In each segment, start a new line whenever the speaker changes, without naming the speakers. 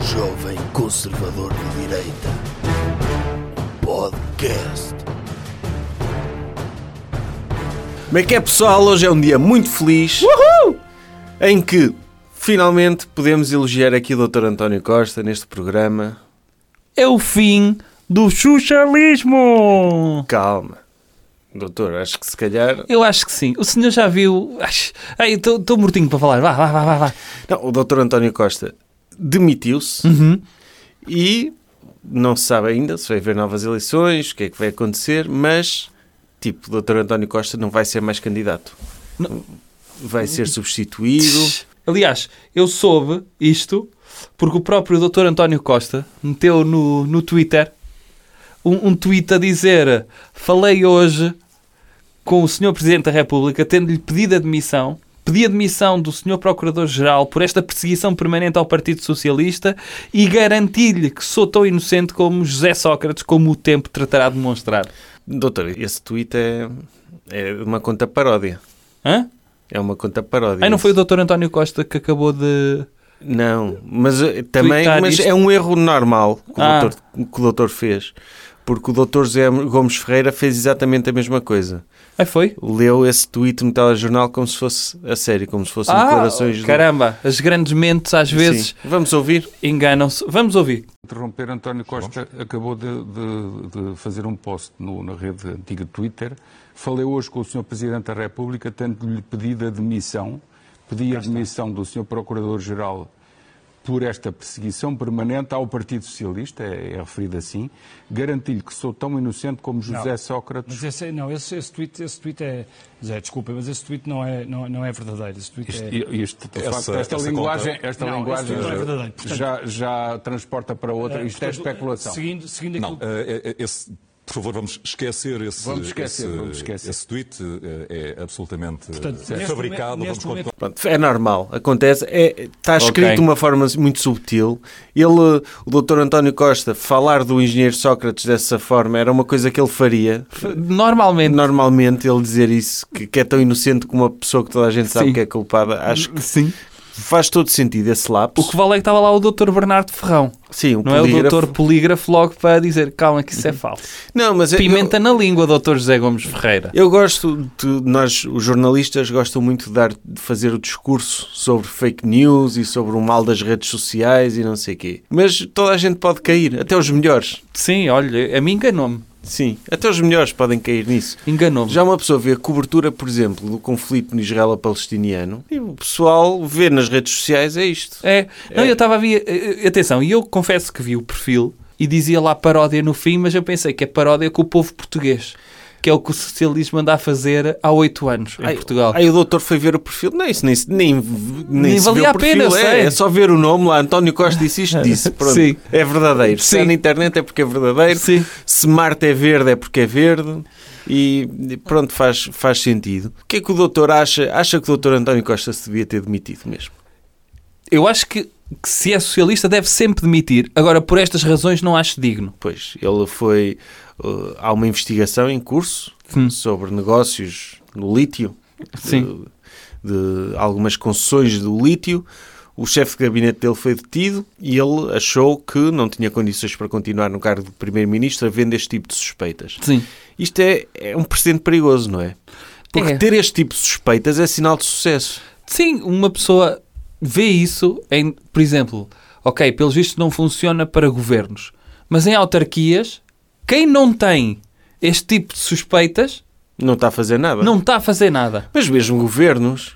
jovem conservador de direita. Podcast.
Como é que é pessoal? Hoje é um dia muito feliz em que finalmente podemos elogiar aqui o Dr. António Costa neste programa.
é o fim do socialismo.
Calma. Doutor, acho que se calhar.
Eu acho que sim. O senhor já viu. Acho- Ai, estou mortinho para falar. Vá, vá, vá, vá. vá.
Não, o Dr. António Costa demitiu-se e não se sabe ainda se vai haver novas eleições, o que é que vai acontecer, mas tipo, o Dr. António Costa não vai ser mais candidato. Vai ser substituído.
Aliás, eu soube isto porque o próprio Dr. António Costa meteu no, no Twitter um, um tweet a dizer: Falei hoje com o Sr. Presidente da República, tendo-lhe pedido admissão. Pedi admissão do Sr. Procurador-Geral por esta perseguição permanente ao Partido Socialista e garanti-lhe que sou tão inocente como José Sócrates, como o tempo tratará de demonstrar.
Doutor, esse tweet é, é uma conta paródia.
Hã?
É uma conta paródia.
Ai, não foi o Dr. António Costa que acabou de.
Não, mas eh, também
Tweetar
mas
isto.
é um erro normal que o,
Ah.
doutor, que o doutor fez. Porque o doutor José Gomes Ferreira fez exatamente a mesma coisa.
Ai, foi?
Leu esse tweet no telejornal como se fosse a sério, como se fossem declarações... do-
Ah, caramba, as grandes mentes às
Sim.
vezes
Vamos ouvir?
enganam-se. Vamos ouvir.
Interromper, António Costa acabou de, de- de fazer um post no- na rede antiga Twitter. Falei hoje com o Sr. Presidente da República, tendo-lhe pedido admissão. Pedi a admissão do Sr. Procurador-Geral por esta perseguição permanente ao Partido Socialista, é, é referido assim. Garanti-lhe que sou tão inocente como José
Não.
Sócrates.
Mas é- esse, não, esse, esse tweet, esse tweet é. Zé, desculpa, mas esse tweet não é, não, não é verdadeiro. Esse tweet
Isto-
é.
i- isto, de
Essa-
facto, esta
essa
linguagem,
conta-
esta
Não,
linguagem
isto não é verdadeiro. Portanto-
já, já transporta para outra.
eh,
Isto é
portanto,
especulação.
Seguindo, seguindo aquilo
Não, eh, eh, esse- por favor, vamos esquecer esse,
Vamos esquecer,
esse,
vamos esquecer.
esse tweet. eh, É absolutamente eh,
Portanto, neste
fabricado.
momento- neste
vamos
momento-
continuar.
Pronto, é normal, acontece. É, está
Ok.
escrito de uma forma assim muito subtil. Ele, o doutor António Costa, falar do engenheiro Sócrates dessa forma era uma coisa que ele faria.
Normalmente.
É Normalmente ele dizer isso, que, que é tão inocente como uma pessoa que toda a gente sabe
Sim.
que é culpada, acho que
Sim.
faz todo sentido esse
O
lapso.
que vale é que estava lá o Dr. Bernardo Ferrão.
Sim, um
Não é o
polígrafo.
Dr. Polígrafo logo para dizer calma que isso é falso.
Não, mas é-
Pimenta na língua, Dr. José Gomes Ferreira.
Eu, eu gosto de. Nós, os jornalistas, gostam muito de, dar, de fazer o discurso sobre fake news e sobre o mal das redes sociais e não sei o quê. Mas toda a gente pode cair, até os melhores.
Sim, olha, a mim enganou-me.
Sim, até os melhores podem cair nisso.
Enganou-me.
Já uma pessoa vê a cobertura, por exemplo, do conflito israelo-palestiniano e o pessoal vê nas redes sociais é isto.
É. Não, eu estava a ver. eh, Atenção, e eu confesso que vi o perfil e dizia lá paródia no fim, mas eu pensei que é paródia com o povo português, que é o que o socialismo anda a fazer há oito anos em
Ai,
Portugal.
Aí o doutor foi ver o perfil. Não, isso nem, se- nem, nem,
Nem
se vê
valia
o
a pena,
perfil.
eu
é,
sei.
é só ver o nome lá. António Costa disse isto, disse. Pronto.
Sim.
É verdadeiro. Se é
Sim.
na internet é porque é verdadeiro.
Sim.
Se Marte é verde é porque é verde. E e pronto, faz, faz sentido. O que é que o doutor acha? Acha que o doutor António Costa se devia ter demitido mesmo?
Eu acho que, que se é socialista deve sempre demitir. Agora, por estas razões, não acho digno.
Pois, ele foi... uh, há uma investigação em curso
Hum.
sobre negócios no lítio.
Sim.
de, de algumas concessões do lítio. O chefe de gabinete dele foi detido e ele achou que não tinha condições para continuar no cargo de primeiro-ministro, havendo este tipo de suspeitas.
Sim.
Isto é, é um precedente perigoso, não é? Porque
É.
ter este tipo de suspeitas é sinal de sucesso.
Sim, uma pessoa vê isso em, por exemplo, ok, pelos vistos não funciona para governos, mas em autarquias, quem não tem este tipo de suspeitas
Não está a fazer nada.
não está a fazer nada.
Mas mesmo governos,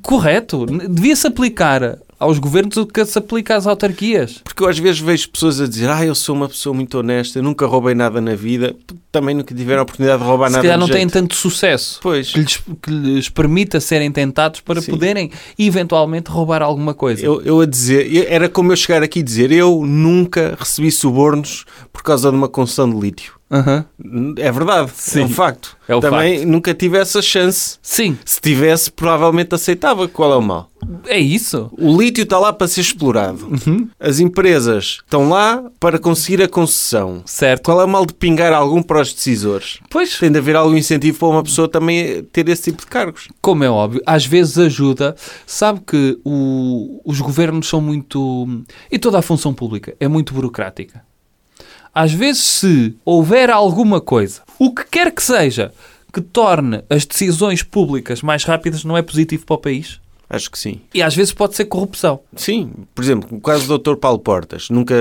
Correto. Devia-se aplicar aos governos o que se aplica às autarquias.
porque eu às vezes vejo pessoas a dizer ah, eu sou uma pessoa muito honesta, eu nunca roubei nada na vida, também nunca tiveram a oportunidade de roubar
Se
nada
calhar
de
não têm
jeito.
tanto sucesso.
Pois.
Que lhes, que lhes permita serem tentados para
Sim.
poderem eventualmente roubar alguma coisa.
Eu, eu a dizer, eu- era como eu chegar aqui e dizer: eu nunca recebi subornos por causa de uma concessão de lítio.
Aham.
É verdade, é um facto.
É o
Também nunca tive essa chance.
Sim,
Se tivesse, provavelmente aceitava. Qual é o mal?
é isso.
O lítio está lá para ser explorado.
Uhum.
As empresas estão lá para conseguir a concessão.
Certo.
Qual é o mal de pingar algum para os decisores?
Pois,
Tem de haver algum incentivo para uma pessoa também ter esse tipo de cargos.
como é óbvio, às vezes ajuda. Sabe que o- os governos são muito. E toda a função pública é muito burocrática. Às vezes, se houver alguma coisa, o que quer que seja, que torne as decisões públicas mais rápidas, não é positivo para o país.
Acho que sim.
E às vezes pode ser corrupção.
Sim, por exemplo, o caso do Dr. Paulo Portas. Nunca,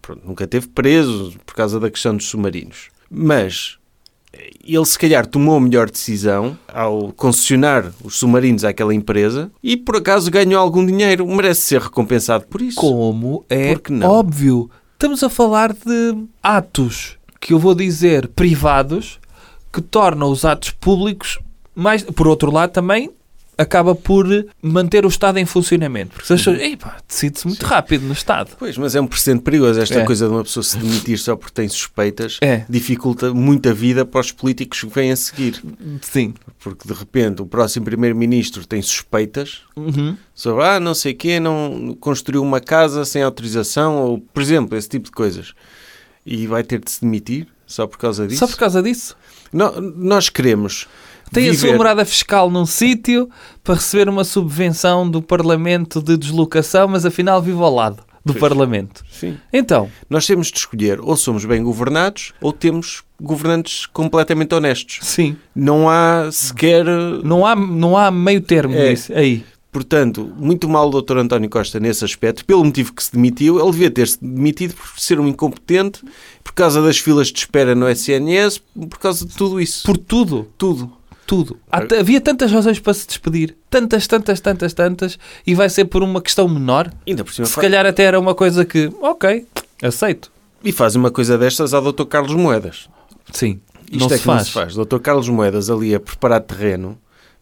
pronto, nunca teve preso por causa da questão dos submarinos. Mas ele, se calhar, tomou a melhor decisão ao concessionar os submarinos àquela empresa e, por acaso, ganhou algum dinheiro. Merece ser recompensado por isso.
Como é
Por que não?
óbvio. Estamos a falar de atos que eu vou dizer privados que tornam os atos públicos mais. Por outro lado, também acaba por manter o Estado em funcionamento. Porque se as
Uhum.
pessoas. Epá, decide-se muito rápido no Estado.
Pois, mas é um precedente perigoso. Esta
É.
coisa de uma pessoa se demitir só porque tem suspeitas
É.
dificulta muito a vida para os políticos que vêm a seguir.
Sim.
Porque, de repente, o próximo primeiro-ministro tem suspeitas
Uhum.
sobre, ah, não sei quê, não construiu uma casa sem autorização, ou, por exemplo, esse tipo de coisas. E vai ter de se demitir só por causa disso.
Só por causa disso.
No- nós queremos
Tem a sua
viver-
morada fiscal num sítio para receber uma subvenção do Parlamento de deslocação, mas afinal vive ao lado do Parlamento.
Sim.
Então,
Nós temos de escolher ou somos bem governados ou temos governantes completamente honestos.
sim,
Não há sequer
não há, não há meio termo
É.
nisso. Aí.
Portanto, muito mal o Dr. António Costa nesse aspecto, pelo motivo que se demitiu. Ele devia ter-se demitido por ser um incompetente, por causa das filas de espera no SNS, por causa de tudo isso.
Por tudo. Tudo. Tudo. Há t- havia tantas razões para se despedir. Tantas, tantas, tantas, tantas. E vai ser por uma questão menor.
Ainda por cima,
Se
fa-
calhar até era uma coisa que, ok, aceito.
E faz uma coisa destas ao Dr. Carlos Moedas.
Sim.
Isto
não,
é
se
que
faz.
não se faz. O Dr. Carlos Moedas ali a preparar terreno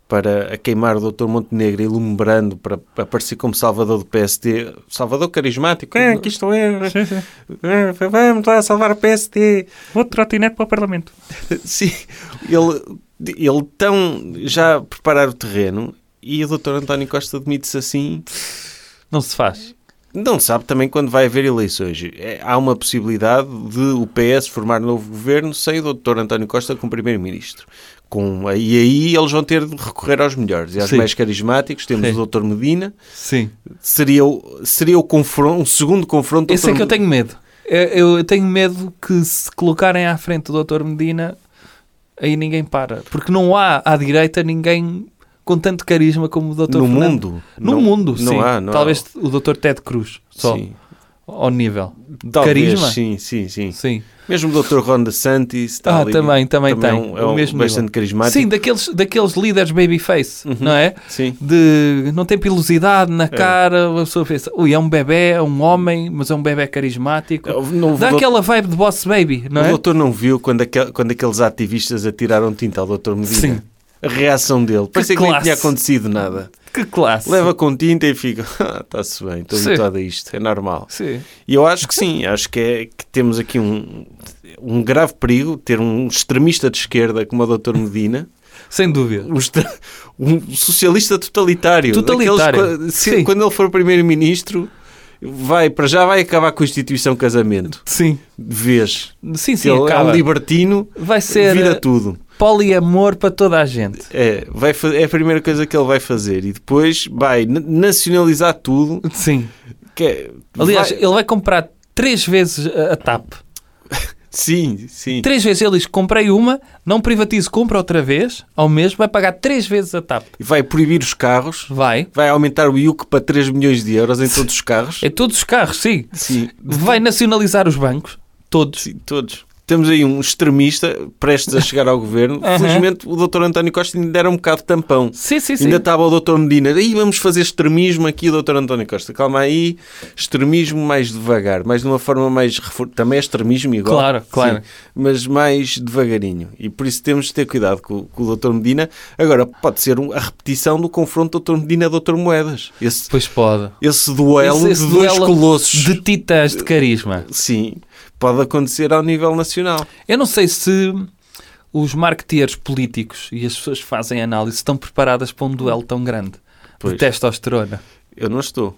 para a queimar o Dr. Montenegro, ilumbrando para para aparecer como salvador do PSD. Salvador carismático. É, aqui estou eu. É, Vamos lá salvar o PSD.
Vou de trotinete para o Parlamento.
Sim, ele, ele tão já a preparar o terreno e o Dr. António Costa demite-se assim.
Não se faz.
Não sabe também quando vai haver eleições. É, há uma possibilidade de o PS formar novo governo sem o Dr. António Costa como primeiro-ministro. Com, e aí eles vão ter de recorrer aos melhores e aos
Sim.
mais carismáticos. Temos
Sim.
o Dr. Medina.
Sim.
Seria o, seria o confronto, um segundo confronto.
Esse é
Dr.
que eu tenho medo. Eu, eu tenho medo que se colocarem à frente do Dr. Medina, aí ninguém para. Porque não há à direita ninguém com tanto carisma como o Dr.
No
Fernando.
mundo?
No
Não-
mundo,
não
sim.
há, não há.
Talvez o Dr. Ted Cruz, só,
Sim.
ao nível.
Talvez,
carisma?
Sim, sim, sim.
Sim.
Mesmo o Dr. Ron DeSantis. está
Ah,
ali.
também, também,
é
tem.
um- É um,
o mesmo
bastante
nível.
carismático.
Sim, daqueles, daqueles líderes babyface,
Uhum.
não é?
Sim.
De, não tem pilosidade
É.
na cara, a pessoa pensa, ui, é um bebê, é um homem, mas é um bebê carismático.
Eu não-
Dá
É, o
aquela vibe de boss baby, não
O
é?
doutor não viu quando, aquel- quando aqueles ativistas atiraram um tinta ao doutor Medina?
Sim.
A reação dele. Parecia que, nem
classe.
tinha acontecido nada.
Que classe.
Leva com tinta e fica. "Ah, Está-se bem, estou
Sim.
habituado a isto, é normal.
Sim.
E eu acho que sim, acho que, é, que temos aqui um, um grave perigo ter um extremista de esquerda como o doutor Medina,
Sem dúvida.
um, extre- um socialista totalitário.
Totalitário,
Daqueles que- se-
sim.
quando ele for primeiro-ministro, vai, para já vai acabar com a instituição casamento,
Sim.
de vez.
Sim, sim,
ele é
acaba.
um libertino,
Vai ser
vira
eh,
tudo.
poliamor para toda a gente.
É, vai fa- é a primeira coisa que ele vai fazer e depois vai na- nacionalizar tudo.
Sim.
Que é-
Aliás,
vai-
ele vai comprar três vezes a, a TAP.
sim, sim.
Três vezes ele diz: comprei uma, não privatizo, compra outra vez, ao mesmo, vai pagar três vezes a TAP.
Vai proibir os carros,
Vai.
vai aumentar o IUC para 3 milhões de euros em todos os carros.
É todos os carros, sim.
Sim,
Vai nacionalizar os bancos. Todos.
sim, todos. Temos aí um extremista prestes a chegar ao governo.
Aham.
Felizmente, o Dr. António Costa ainda era um bocado tampão.
Sim, sim, sim.
Ainda tá- estava o Dr. Medina. Aí vamos fazer extremismo aqui, Dr. António Costa. Calma aí. Extremismo mais devagar, mas de uma forma mais. refor- Também é extremismo igual.
Claro, claro.
Sim, mas mais devagarinho. E por isso temos de ter cuidado com, com o Dr. Medina. Agora, pode ser um- a repetição do confronto Dr. Medina-Dr. Moedas. Esse,
Pois pode.
esse duelo
Esse- esse
de um dois
duelo
colossos.
De titãs de carisma.
Sim. pode acontecer ao nível nacional.
Eu não sei se os marketeers políticos e as pessoas que fazem análise estão preparadas para um duelo tão grande
Pois.
de testosterona.
Eu não estou.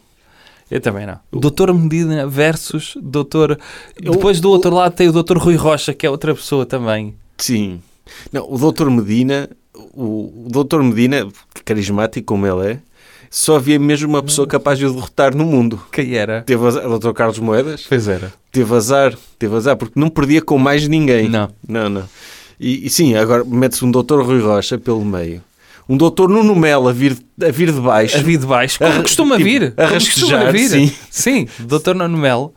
Eu também não. Doutor Medina versus Doutor. Depois do outro lado tem o Doutor Rui Rocha, que é outra pessoa também.
Sim. Não, o Dr. Medina, o, o Dr. Medina, carismático como ele é, só havia mesmo uma pessoa capaz de o derrotar no mundo.
Quem era?
Teve azar, o Dr. Carlos Moedas,
Pois era.
teve azar, teve azar, porque não perdia com mais ninguém.
Não.
Não, não. E, e sim, agora mete-se um Dr. Rui Rocha pelo meio. Um Dr. Nuno Melo a vir, a vir de baixo.
A vir de baixo, como
Arra-
costuma
tipo,
vir.
a
Como costuma
rastejar,
vir.
sim.
sim. Doutor Nuno Melo.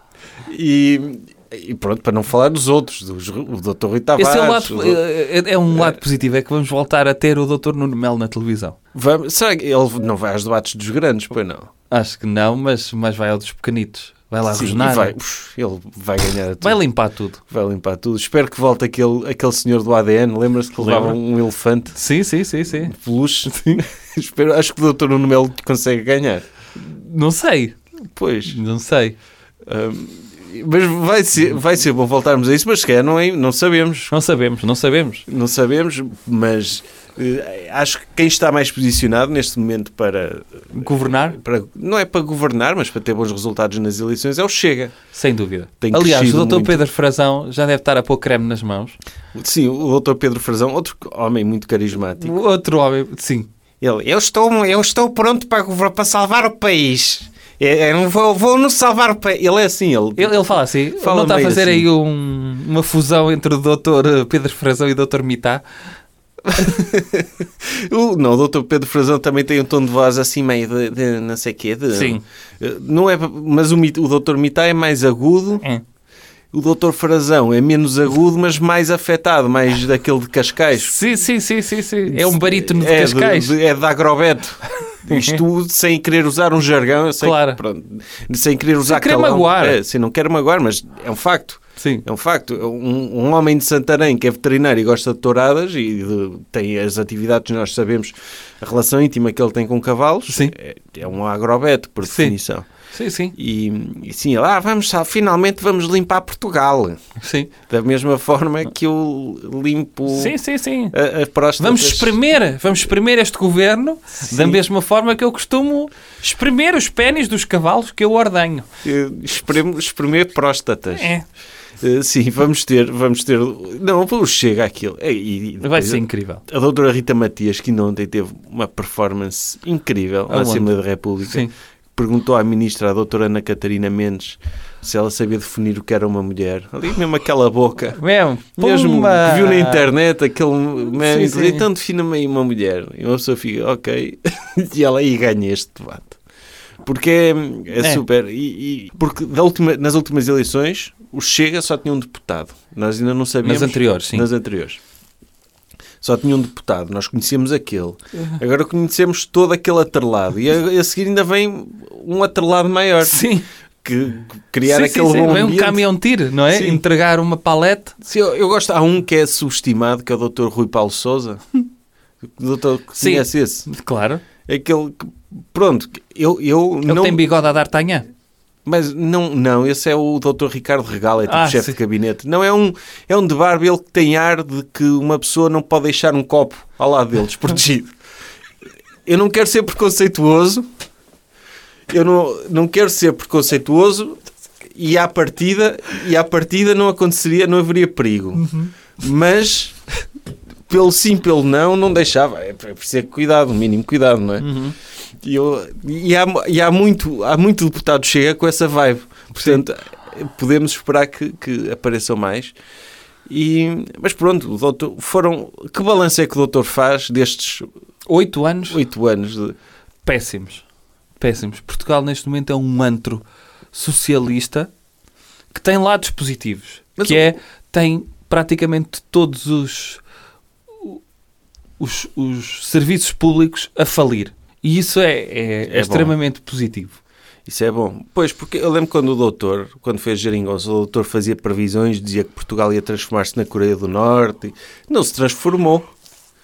E, e pronto, para não falar dos outros, dos, o Dr. Rui Tavares.
Esse é, o
o
lado-
Dr.
é- é- é um lado positivo, é que vamos voltar a ter o Dr. Nuno Melo na televisão.
Vamos- será que ele não vai aos debates dos grandes? Pois não.
Acho que não, mas, mas vai ao dos pequenitos. Vai Tá lá
Sim,
rosnar.
e vai, uf, ele vai ganhar a tudo.
Vai limpar tudo.
Vai limpar tudo. Espero que volte aquele, aquele senhor do ADN. Lembra-se que levava
Lembra.
um elefante
Sim, sim, sim, sim.
de peluche? Espero, acho que o Dr. Nuno Melo consegue ganhar.
Não sei,
Pois.
não sei.
Ahm, mas vai ser, vai ser bom voltarmos a isso, mas se calhar não, é, não sabemos.
Não sabemos, não sabemos.
Não sabemos, mas eh, acho que quem está mais posicionado neste momento para,
Governar,
para- Não é para governar, mas para ter bons resultados nas eleições é o Chega.
sem dúvida.
Tem
Aliás, o
crescido
Dr.
muito.
Pedro Frazão já deve estar a pôr creme nas mãos.
Sim, o Dr. Pedro Frazão, outro homem muito carismático.
O Outro homem, sim.
Ele, eu estou, eu estou pronto para, gover- para salvar o país. Eu, eu não vou, vou não salvar o país. Ele é assim, ele.
Ele, ele fala assim,
Fala
não está a
meio
fazer
assim.
aí um- uma fusão entre o Dr. Pedro Frazão e o Dr. Mitá?
O- não, o Dr. Pedro Frazão também tem um tom de voz assim meio de, de não sei o quê. De,
Sim.
Eh, Não é, mas o, mit- o Dr. Mitá é mais agudo.
É.
O Dr. Frazão é menos agudo, mas mais afetado, mais daquele de Cascais.
Sim, sim, sim, sim, sim. É um barítono de
é,
Cascais.
de- é de agrobeto. Isto sem querer usar um jargão, eu sei que-
Claro.
pronto, sem querer usar
querer
calão.
magoar.
É, sim, não quero magoar, mas é um facto.
Sim.
É um facto. Um, um homem de Santarém que é veterinário e gosta de touradas e de- tem as atividades, nós sabemos, a relação íntima que ele tem com cavalos,
Sim.
É, é um agrobeto, por
Sim.
definição.
Sim, sim,
E, e sim, lá vamos, sal- finalmente vamos limpar Portugal.
sim.
Da mesma forma que eu limpo
Sim, sim, sim.
a, a próstata.
Vamos espremer, vamos espremer este governo da mesma forma que eu costumo espremer os pênis dos cavalos que eu ordenho.
espremer, Eh, espremer próstatas.
É.
Eh, Sim, vamos ter, vamos ter. Não, o chega aquilo. É, e- e
Vai
depois
ser incrível.
A doutora Rita Matias, que ainda ontem teve uma performance incrível na
Aonde?
Assembleia da República,
Sim.
perguntou à ministra, à doutora Ana Catarina Mendes, se ela sabia definir o que era uma mulher. Ali mesmo aquela boca.
Mesmo,
Mesmo
pumba!
que viu na internet aquele man,
Sim, sim.
então defina-me aí uma mulher. E uma pessoa fica, ok. e ela aí ganha este debate. Porque é, é
É.
super. E, e- porque da última- nas últimas eleições o Chega só tinha um deputado. Nós ainda não sabíamos.
Nas anteriores, sim.
Nas anteriores. Só tinha um deputado, nós conhecemos aquele.
Uhum.
Agora conhecemos todo aquele atrelado. E a, a seguir ainda vem um atrelado maior.
Sim,
Que que criar
sim,
aquele
sim, sim.
bom
Vem um
ambiente.
caminhão tiro, não é?
Sim.
Entregar uma palete.
Sim, eu, eu gosto. Há um que é subestimado, que é o Dr. Rui Paulo Souza. O doutor
Sim.
conhece esse. É
Claro.
Aquele que, pronto, que eu, eu
Ele
não.
tem bigode a D'Artagnan.
Mas não, não, esse é o Dr. Ricardo Regal, é tipo
Ah,
chefe
sim.
de gabinete. Não é um, é um de barba, ele que tem ar de que uma pessoa não pode deixar um copo ao lado dele, desprotegido. Eu não quero ser preconceituoso, eu não, não quero ser preconceituoso e à partida, e à partida não aconteceria, não haveria perigo.
Uhum.
Mas pelo sim, pelo não, não deixava. É preciso ter cuidado, o mínimo cuidado, não é? E, eu- e há, mu- e há muito, há muito deputado chega com essa vibe. Portanto, podemos esperar que, que apareçam mais. E, mas pronto, o doutor, foram. Que balanço é que o doutor faz destes
Oito anos.
oito anos? de-
Péssimos. Péssimos. Portugal neste momento é um antro socialista que tem lados positivos.
Mas
que
o-
é, tem praticamente todos os, os, os serviços públicos a falir. E isso é, é- é
bom.
extremamente positivo.
Isso é bom. Pois, porque eu lembro quando o doutor, quando fez Geringonça, o doutor fazia previsões, dizia que Portugal ia transformar-se na Coreia do Norte. Não se transformou.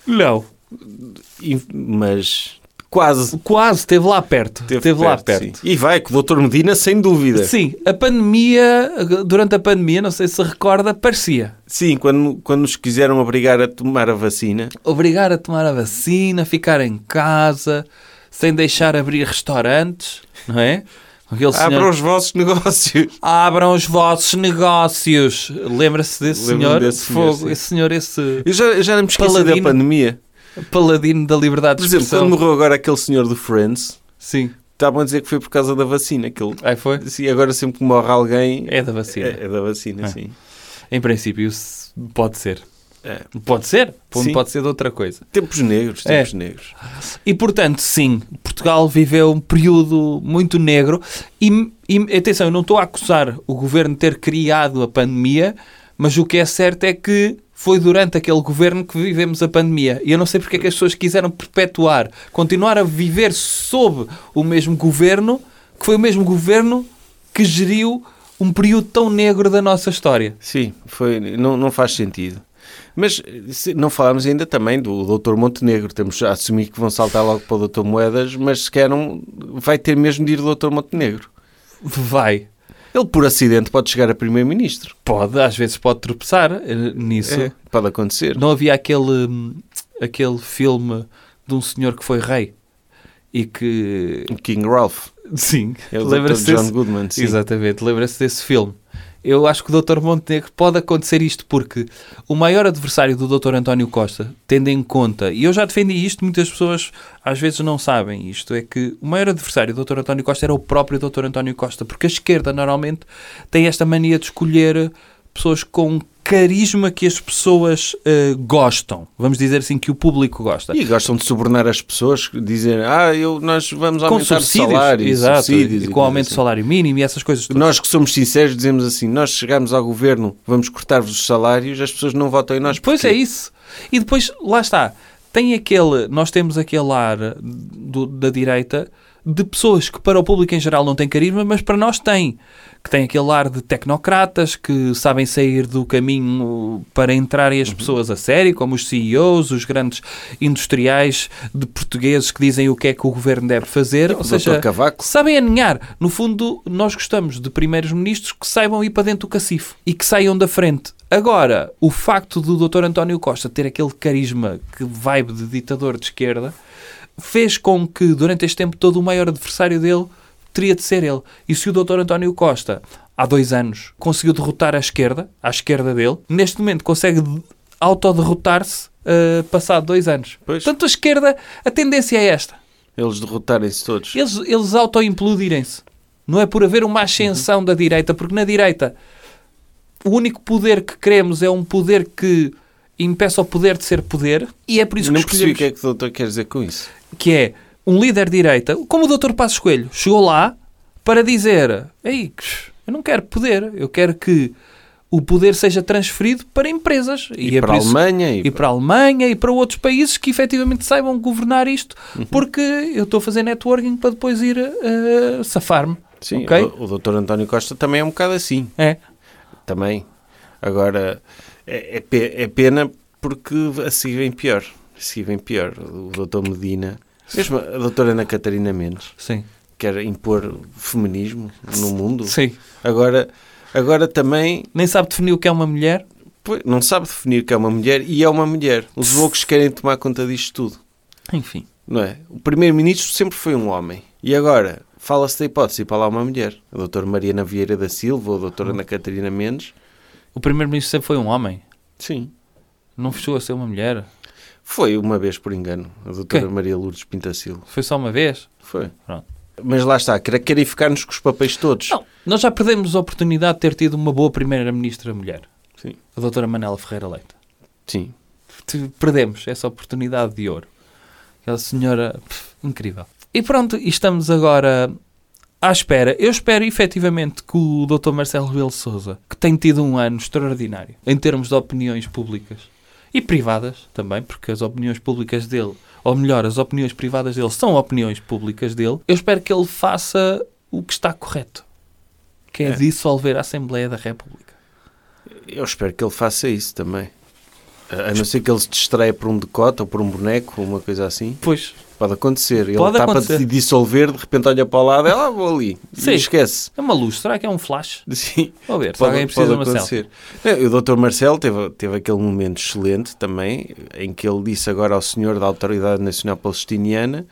Não.
E- mas Quase.
Quase, esteve lá perto. Esteve, lá perto.
sim. E vai, com o Dr. Medina, sem dúvida. Sim,
Sim, a pandemia, durante a pandemia, não sei se recorda, parecia.
quando, quando nos quiseram obrigar a tomar a vacina,
Obrigar a tomar a vacina, ficar em casa, sem deixar abrir restaurantes, não é? Aquele
abram
senhor,
os vossos negócios.
abram os vossos negócios. Lembra-se desse
Lembro-me
senhor?
desse senhor,
Fogo,
sim.
esse senhor, esse
Eu já, eu já não me esqueci da
Paladino.
pandemia.
paladino da liberdade
Por
de
exemplo,
expressão.
quando morreu agora aquele senhor do Friends,
Sim,
estavam a dizer que foi por causa da vacina. Que ele...
aí foi.
Sim, agora sempre que morre alguém...
É da vacina.
É, é da vacina,
É.
sim.
Em princípio, se- pode ser.
É.
Pode ser.
Sim.
Pode ser de outra coisa.
Tempos negros,
É.
tempos negros.
E portanto, sim, Portugal viveu um período muito negro. E, e, atenção, eu não estou a acusar o governo de ter criado a pandemia, mas o que é certo é que foi durante aquele governo que vivemos a pandemia. E eu não sei porque é que as pessoas quiseram perpetuar, continuar a viver sob o mesmo governo, que foi o mesmo governo que geriu um período tão negro da nossa história.
Sim, foi, não, não faz sentido. Mas se- não falámos ainda também do Dr. Montenegro. Temos a assumir que vão saltar logo para o Dr. Moedas, mas se quer não, vai ter mesmo de ir o Dr. Montenegro.
Vai.
Ele, por acidente, pode chegar a Primeiro-Ministro.
Pode, às vezes pode tropeçar eh, nisso.
É, Pode acontecer.
Não havia aquele, hum, aquele filme de um senhor que foi rei e que.
O King Ralph.
Sim,
É o
lembra-se
Dr. John
desse.
Goodman. Sim.
Exatamente, lembra-se desse filme. Eu acho que o Dr. Montenegro pode acontecer isto porque o maior adversário do Dr. António Costa, tendo em conta, e eu já defendi isto, muitas pessoas às vezes não sabem isto, é que o maior adversário do Dr. António Costa era o próprio Dr. António Costa, porque a esquerda normalmente tem esta mania de escolher pessoas com carisma que as pessoas eh, gostam, vamos dizer assim, que o público gosta.
E gostam de subornar as pessoas, dizer, ah, eu, nós vamos
com
aumentar o
subsídios,
salário,
exato,
subsídios
e com
coisas
aumento de
assim.
salário mínimo e essas coisas todas.
Nós que somos sinceros dizemos assim, nós chegamos ao governo, vamos cortar-vos os salários, as pessoas não votam em nós.
Pois
porquê?
é isso. E depois, lá está, tem aquele, nós temos aquele ar do- da direita de pessoas que para o público em geral não têm carisma, mas para nós têm. Que têm aquele ar de tecnocratas, que sabem sair do caminho para entrarem
Uhum.
as pessoas a sério, como os CEOs, os grandes industriais de portugueses que dizem o que é que o governo deve fazer. Ou
O
seja,
Tipo Dr. Cavaco
sabem aninhar. No fundo, nós gostamos de primeiros ministros que saibam ir para dentro do cacifo e que saiam da frente. Agora, o facto do Dr. António Costa ter aquele carisma que vibe de ditador de esquerda fez com que, durante este tempo todo, o maior adversário dele teria de ser ele. E se o Dr. António Costa, há dois anos, conseguiu derrotar a esquerda, à esquerda dele, neste momento consegue de- autoderrotar-se eh, passado dois anos.
Pois.
Portanto, a esquerda, a tendência é esta.
Eles derrotarem-se todos.
Eles, eles autoimplodirem-se. Não é por haver uma ascensão da direita, porque na direita o único poder que queremos é um poder que impeça o poder de ser poder e é por isso que
Não percebi o
escolhemos
que é que o doutor quer dizer com isso.
que é um líder de direita, como o Dr. Passos Coelho, chegou lá para dizer: Ei, eu não quero poder, eu quero que o poder seja transferido para empresas.
E,
é
para
por
a
isso-
Alemanha e,
e para a Alemanha e para outros países que efetivamente saibam governar isto,
Uhum.
porque eu estou a fazer networking para depois ir eh, safar-me.
Sim,
ok?
o, o doutor António Costa também é um bocado assim.
É.
Também. Agora, é, é pe- é pena porque a seguir vem pior. A seguir vem pior. O doutor Medina, mesmo a doutora Ana Catarina Mendes,
Sim.
quer impor feminismo no mundo.
Sim.
Agora, agora também
Nem sabe definir o que é uma mulher.
pois, não sabe definir que é uma mulher e é uma mulher. Os loucos querem tomar conta disto tudo.
Enfim.
Não é? O primeiro-ministro sempre foi um homem. E agora, fala-se da hipótese de ir para lá uma mulher. A doutora Mariana Vieira da Silva ou a
Hum.
doutora Ana Catarina Mendes.
O primeiro-ministro sempre foi um homem.
Sim.
Não fechou a ser uma mulher.
Foi uma vez, por engano, a doutora
Quem?
Maria Lourdes Pintacil.
Foi só uma vez.
Foi.
Pronto.
Mas lá está, quer- querem ficar-nos com os papéis todos.
Não, nós já perdemos a oportunidade de ter tido uma boa primeira-ministra mulher.
Sim.
A doutora Manela Ferreira Leite.
Sim.
Te- Perdemos essa oportunidade de ouro. Aquela senhora pff, incrível. E pronto, e estamos agora à espera. Eu espero efetivamente que o Dr. Marcelo Rebelo de Souza, que tem tido um ano extraordinário em termos de opiniões públicas e privadas também, porque as opiniões públicas dele, ou melhor, as opiniões privadas dele são opiniões públicas dele, eu espero que ele faça o que está correto, que é,
É.
dissolver a Assembleia da República.
Eu espero que ele faça isso também. A a não ser que ele se distraia por um decote ou por um boneco ou uma coisa assim.
Pois,
Pode acontecer. Ele
Pode
está para
acontecer.
se dissolver, de repente olha para o lado, ela ah, vou ali.
Sim.
E esquece.
É uma luz, será que é um flash?
Sim.
Vou ver, se alguém precisa de uma selfie.
Não, É, o Dr. Marcelo teve, teve aquele momento excelente também, em que ele disse agora ao senhor da Autoridade Nacional Palestiniana: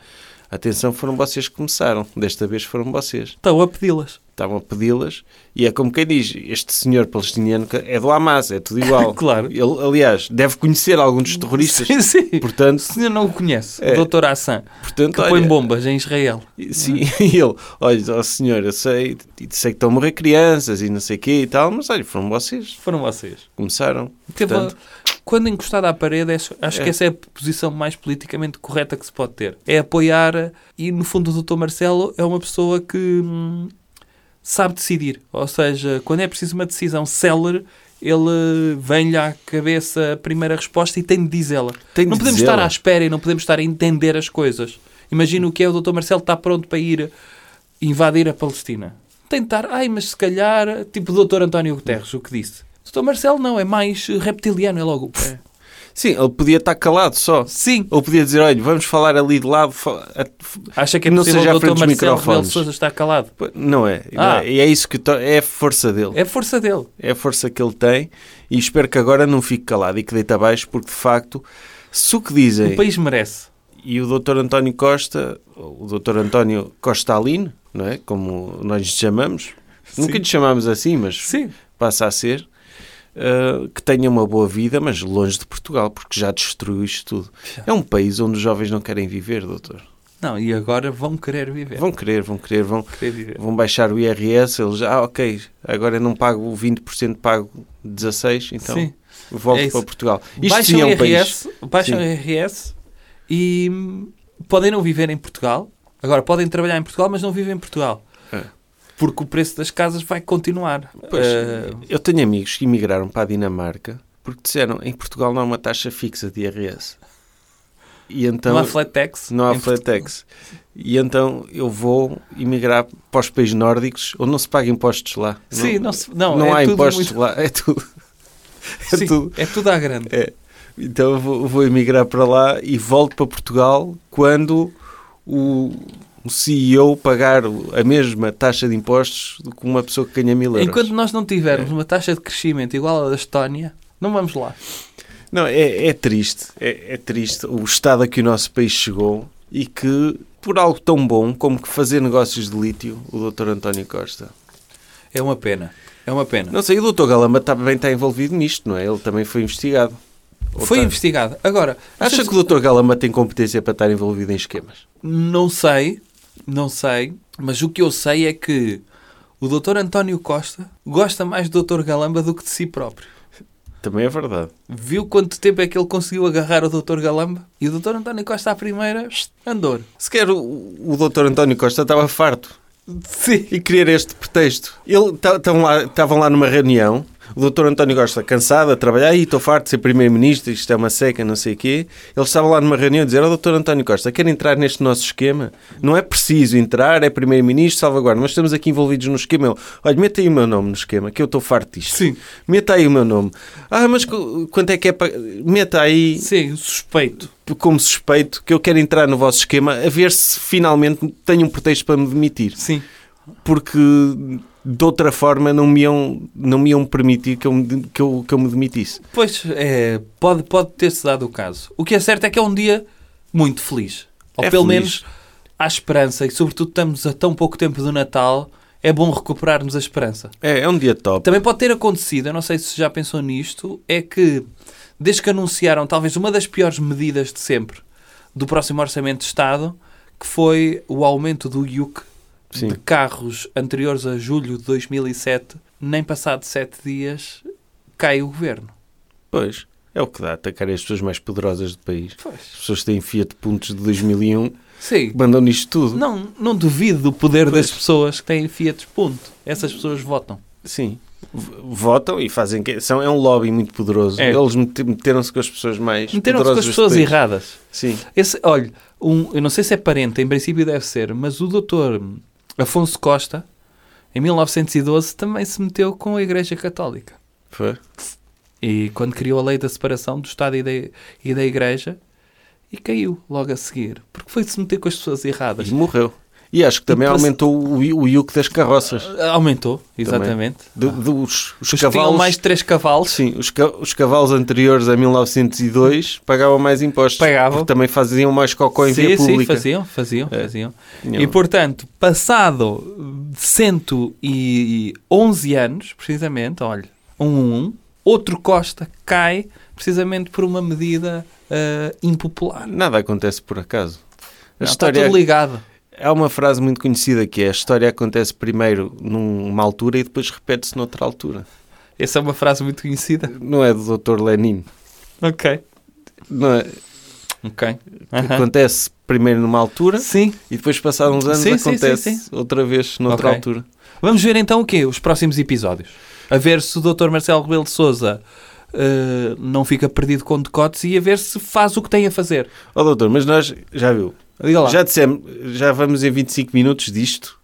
atenção, foram vocês que começaram, desta vez foram vocês.
Estão a pedi-las.
Estavam a pedi-las, e é como quem diz: este senhor palestiniano que é do Hamas, é tudo igual.
Claro.
Ele, aliás, deve conhecer alguns dos terroristas.
Sim, sim.
Portanto,
O senhor não o conhece,
É.
o Dr. Hassan,
portanto
que põe
olha,
bombas em Israel.
E- Sim, e ele, olha, ó senhor, eu sei, e sei que estão a morrer crianças e não sei o quê e tal, mas olha, foram vocês,
Foram vocês.
começaram.
Teve a-
Portanto,
Quando encostada à parede, acho, acho que essa é a posição mais politicamente correta que se pode ter. É apoiar, e no fundo o Dr. Marcelo é uma pessoa que hum, sabe decidir. Ou seja, quando é preciso uma decisão célere, ele vem-lhe à cabeça a primeira resposta e tem de dizê-la.
Tem de
não podemos
dizê-la.
estar à espera e não podemos estar a entender as coisas. Imagino que é o Dr. Marcelo está pronto para ir invadir a Palestina. Tentar, ai, mas se calhar, tipo o Dr. António Guterres, o que disse. O Dr. Marcelo não, é mais reptiliano, é logo. pff,
sim, ele podia estar calado só.
Sim,
Ou podia dizer, olha, vamos falar ali de lado. fa- a- f-
acha que é
Não
possível
seja à
o
frente
Dr.
dos
Marcelo Rebelo
microfones.
de Sousa está calado.
pô, Não é, não
Ah.
é. E é isso que to- é a força dele.
É a força dele.
É a força que ele tem e espero que agora não fique calado e que deita abaixo, porque de facto, se o que dizem
O país merece.
e o Dr. António Costa, o Dr. António Costa Aline, não é? Como nós lhe chamamos. Nunca lhe chamámos assim, mas
Sim.
passa a ser, uh, que tenha uma boa vida, mas longe de Portugal, porque já destruiu isto tudo. É um país onde os jovens não querem viver, doutor.
Não, e agora vão querer viver.
Vão querer, vão querer, vão,
querer viver.
vão baixar o IRS, eles, ah, ok, agora eu não pago 20%, pago 16%, então
Sim.
volto
É isso.
para Portugal. Isto
Baixam
sim é
o
um país.
IRS, baixam o IRS e hum, podem não viver em Portugal. Agora, podem trabalhar em Portugal, mas não vivem em Portugal.
É.
Porque o preço das casas vai continuar.
Pois,
Eh,
eu tenho amigos que emigraram para a Dinamarca porque disseram, em Portugal não há uma taxa fixa de IRS. E então,
não há flat tax.
Não há
em
Flatex. E então eu vou emigrar para os países nórdicos onde não se paga impostos lá.
Portugal. Sim, não, se- não,
não, não há
é tudo
impostos
muito-
lá. É tudo. É
Sim,
tudo.
é tudo à grande.
É. Então eu vou, vou emigrar para lá e volto para Portugal quando o, o CEO pagar o- a mesma taxa de impostos do que uma pessoa que ganha mil euros. É.
Enquanto nós não tivermos uma taxa de crescimento igual à da Estónia, não vamos lá.
Não, é, é triste. É, é triste o estado a que o nosso país chegou e que, por algo tão bom como que fazer negócios de lítio, o Dr. António Costa.
É uma pena. É uma pena.
Não sei, o Dr. Galamba tá-, também está envolvido nisto, não é? Ele também foi investigado. Ou
Foi
tá-
investigado. Agora,
Acha
vocês-
que o Dr. Galamba tem competência para estar envolvido em esquemas?
Não sei, não sei, mas o que eu sei é que o Dr. António Costa gosta mais do Dr. Galamba do que de si próprio.
Também é verdade.
Viu quanto tempo é que ele conseguiu agarrar o Dr. Galamba? E o Dr. António Costa à primeira andou.
Sequer o, o Dr. António Costa estava farto
Sim.
e querer este pretexto. Ele ta- tão lá- Estavam lá, numa reunião, o Dr. António Costa cansado a trabalhar e estou farto de ser Primeiro-Ministro, isto é uma seca, não sei o quê. Ele estava lá numa reunião a dizer: Ó Dr. António Costa, quer entrar neste nosso esquema? Não é preciso entrar, é Primeiro-Ministro, salvaguarda, mas estamos aqui envolvidos no esquema. Ele, olha, meta aí o meu nome no esquema, que eu estou farto disto.
Sim.
Meta aí o meu nome. Ah, mas qu- quanto é que é para. Meta aí
Sim, suspeito.
como suspeito que eu quero entrar no vosso esquema a ver se finalmente tenho um pretexto para me demitir.
Sim.
Porque de outra forma não me iam, não me iam permitir que eu me, de- que eu, que eu me demitisse.
Pois, é, pode, pode ter-se dado o caso. O que é certo é que é um dia muito feliz. Ou
É
pelo
feliz.
menos há esperança. E sobretudo estamos a tão pouco tempo do Natal, é bom recuperarmos a esperança.
É, é um dia top.
Também pode ter acontecido, eu não sei se já pensou nisto, é que desde que anunciaram talvez uma das piores medidas de sempre do próximo Orçamento de Estado, que foi o aumento do IUC
Sim.
de carros anteriores a julho de 2007, nem passado sete dias cai o governo.
Pois, é o que dá atacar as pessoas mais poderosas do país. As
Pois.
pessoas que têm Fiat Puntos de 2001
Sim.
que mandam nisto um, tudo.
Não, não duvido do poder das pessoas que têm Fiat Punto. Essas pessoas votam.
Sim. V- Votam e fazem que são é um lobby muito poderoso.
É.
Eles mete- meteram-se com as pessoas mais
Meteram-se com as
poderosas
pessoas
do país.
erradas.
Sim.
Esse, olha, um, eu não sei se é parente, em princípio deve ser, mas o doutor Afonso Costa, em 1912, também se meteu com a Igreja Católica.
Foi.
E quando criou a lei da separação do Estado e da, e da Igreja, e caiu logo a seguir. Porque foi se meter com as pessoas erradas.
E morreu. E acho que também
E para-
aumentou o, o iuque das carroças.
Aumentou, exatamente.
Do- dos os
Os que Ah. tinham
cavalos.
mais três cavalos
Sim, os, ca- os cavalos anteriores a 1902 pagavam mais impostos.
Pagavam.
Porque também faziam mais cocó em
sim,
via
sim,
pública.
faziam, faziam,
É.
faziam.
Tinham-
E portanto, passado 111 anos, precisamente, olha, um, um, outro Costa cai precisamente por uma medida ah, impopular.
Nada acontece por acaso. A
Não,
história é
Está tudo ligado.
Há uma frase muito conhecida que é a história acontece primeiro numa altura e depois repete-se noutra altura.
Essa é uma frase muito conhecida.
Não é do Dr. Lenin.
Ok.
Não é-
Ok. Aham.
Acontece primeiro numa altura
Sim.
e depois, passados uns anos,
Sim, sim,
acontece
sim, sim.
outra vez noutra
Ok.
altura.
Vamos ver então o quê? Os próximos episódios. A ver se o Dr. Marcelo Rebelo de Souza não fica perdido com decotes e a ver se faz o que tem a fazer.
Ó doutor, mas nós, já viu,
Diga lá.
já dissemos, já vamos em 25 minutos disto,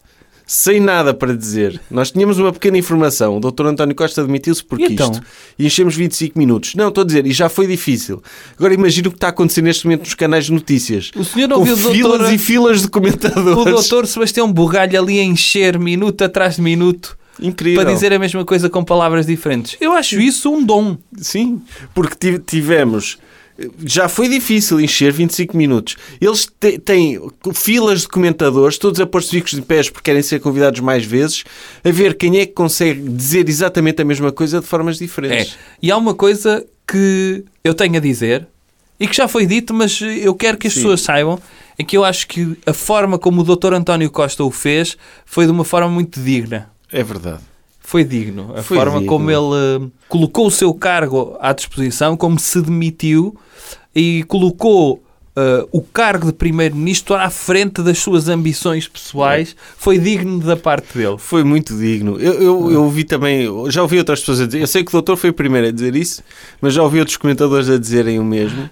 sem nada para dizer. Nós tínhamos uma pequena informação, o doutor António Costa demitiu-se porque
E então?
isto. E enchemos 25 minutos. Não, estou a dizer, e já foi difícil. Agora imagina o que está acontecendo neste momento nos canais de notícias.
O senhor não
Com
viu o
filas
doutor,
e filas de
o
comentadores.
doutor Sebastião Borralho ali a encher minuto atrás de minuto
Incrível.
para dizer a mesma coisa com palavras diferentes? Eu acho isso um dom.
Sim, porque ti- tivemos. Já foi difícil encher 25 minutos. Eles te- têm filas de comentadores, todos a pôr-se ricos de pés porque querem ser convidados mais vezes, a ver quem é que consegue dizer exatamente a mesma coisa de formas
É.
diferentes.
E há uma coisa que eu tenho a dizer e que já foi dito, mas eu quero que as
Sim.
pessoas saibam, é que eu acho que a forma como o Dr. António Costa o fez foi de uma forma muito digna.
É, verdade.
Foi digno. A
Foi
forma
digno.
como ele eh, colocou o seu cargo à disposição, como se demitiu e colocou eh, o cargo de Primeiro-Ministro à frente das suas ambições
É.
pessoais, foi digno da parte dele.
Foi muito digno. Eu, eu, eu ouvi também, já ouvi outras pessoas a dizer, eu sei que o doutor foi o primeiro a dizer isso, mas já ouvi outros comentadores a dizerem o mesmo.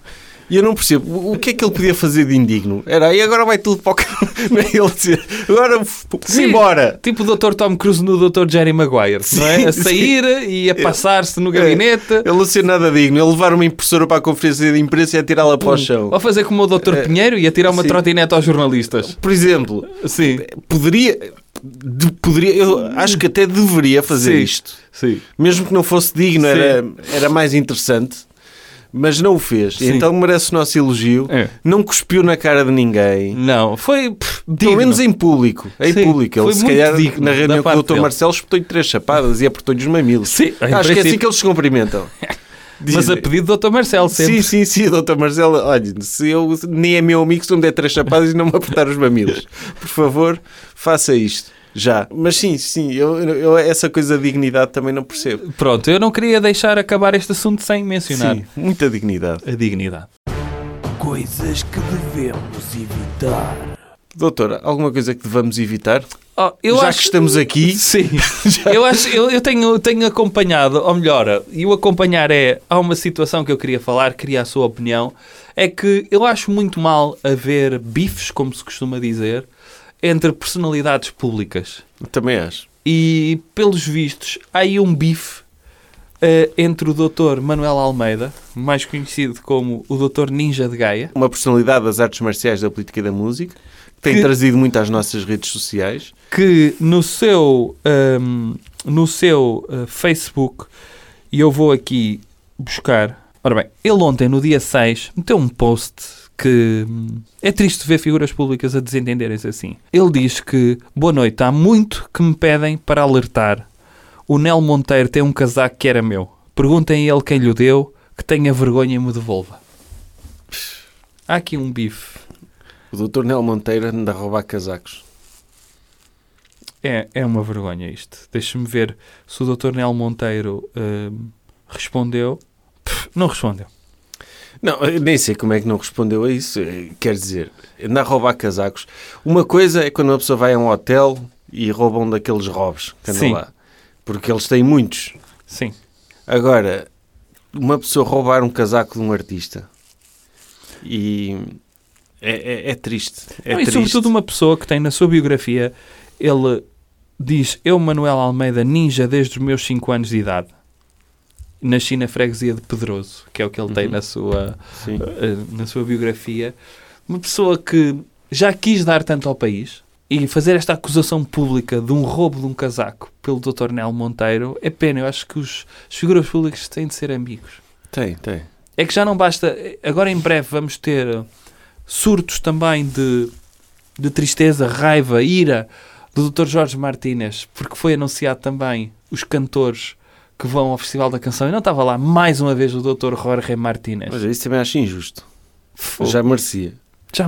E eu não percebo o o que é que ele podia fazer de indigno. Era, e agora vai tudo para o carro. Ele dizer, agora se
Sim.
embora.
Tipo o Dr. Tom Cruise no Dr. Jerry Maguire, não é? A
Sim, É.
sair e a passar-se no gabinete,
Ele não ser nada digno. Ele levar uma impressora para a conferência de imprensa e atirá-la para o chão.
ou fazer como o Dr. Pinheiro e atirar uma
É. sim.
trotinete aos jornalistas.
Por exemplo,
Sim,
poderia. de- poderia eu acho que até deveria fazer
Sim.
isto.
sim.
Mesmo que não fosse digno,
Sim.
era, era mais interessante. Mas não o fez.
Sim.
Então merece o nosso elogio.
É.
Não cuspiu na cara de ninguém.
Não, foi pff, digno.
Pelo menos em público. Em
Sim,
público. Ele,
foi
se
muito
calhar,
digno
na
da
reunião com
parte
o Dr.
dele.
Marcelo, espetou-lhe três chapadas e apertou-lhe os mamilos.
Sim, em
Acho que é assim
princípio.
que eles se cumprimentam.
Mas a
Dizem-
pedido do Dr. Marcelo sempre.
Sim, sim, sim, doutor Marcelo. Olha, se eu nem é meu amigo, se não me der três chapadas e não me apertar os mamilos. Por favor, faça isto. Já. Mas sim, sim, eu, eu essa coisa de dignidade também não percebo.
Pronto, eu não queria deixar acabar este assunto sem mencionar
Sim, muita dignidade.
a dignidade.
Coisas que devemos evitar.
Doutor, alguma coisa que devamos evitar?
Oh, eu
Já
acho-
que estamos aqui.
Sim. eu acho, eu, eu tenho, tenho acompanhado, ou melhor, e o acompanhar é. Há uma situação que eu queria falar, queria a sua opinião. É que eu acho muito mal haver bifes, como se costuma dizer, entre personalidades públicas.
Também acho.
E, pelos vistos, há aí um bife eh, entre o Dr. Manuel Almeida, mais conhecido como o Dr. Ninja de Gaia.
Uma personalidade das artes marciais, da política e da música, que tem
Que-
trazido muito às nossas redes sociais.
que no seu ahm, no seu ah, Facebook e eu vou aqui buscar. Ora bem, ele ontem no dia 6 meteu um post que hum, é triste ver figuras públicas a desentenderem-se assim. Ele diz que boa noite, há muito que me pedem para alertar. O Nel Monteiro tem um casaco que era meu. Perguntem a ele quem lhe o deu, que tenha vergonha e me devolva. Há aqui um bife.
O doutor Nel Monteiro anda a roubar casacos.
É, é uma vergonha isto. Deixa-me ver se o Dr. Nel Monteiro hum, respondeu. Pff, não respondeu.
Não, eu nem sei como é que não respondeu a isso. Eh, Quer dizer, andar a roubar casacos. Uma coisa é quando uma pessoa vai a um hotel e roubam daqueles robes que andam
Sim.
lá. Porque eles têm muitos.
Sim.
Agora, uma pessoa roubar um casaco de um artista e é, é- é triste. É
Não, e
triste.
sobretudo uma pessoa que tem na sua biografia, ele diz, eu, Manuel Almeida, ninja desde os meus 5 anos de idade. na China freguesia de Pedroso, que é o que ele tem
Uhum.
na sua,
Sim.
eh, na sua biografia. Uma pessoa que já quis dar tanto ao país e fazer esta acusação pública de um roubo de um casaco pelo Dr. Nel Monteiro é pena. Eu acho que os, as figuras públicas têm de ser amigos.
Tem, tem.
É que já não basta. Agora em breve vamos ter uh, surtos também de, de tristeza, raiva, ira do Dr. Jorge Martínez, porque foi anunciado também os cantores que vão ao Festival da Canção e não estava lá mais uma vez o Dr. Jorge Martínez.
Mas isso também acho injusto.
Fogo, Já...
Já merecia.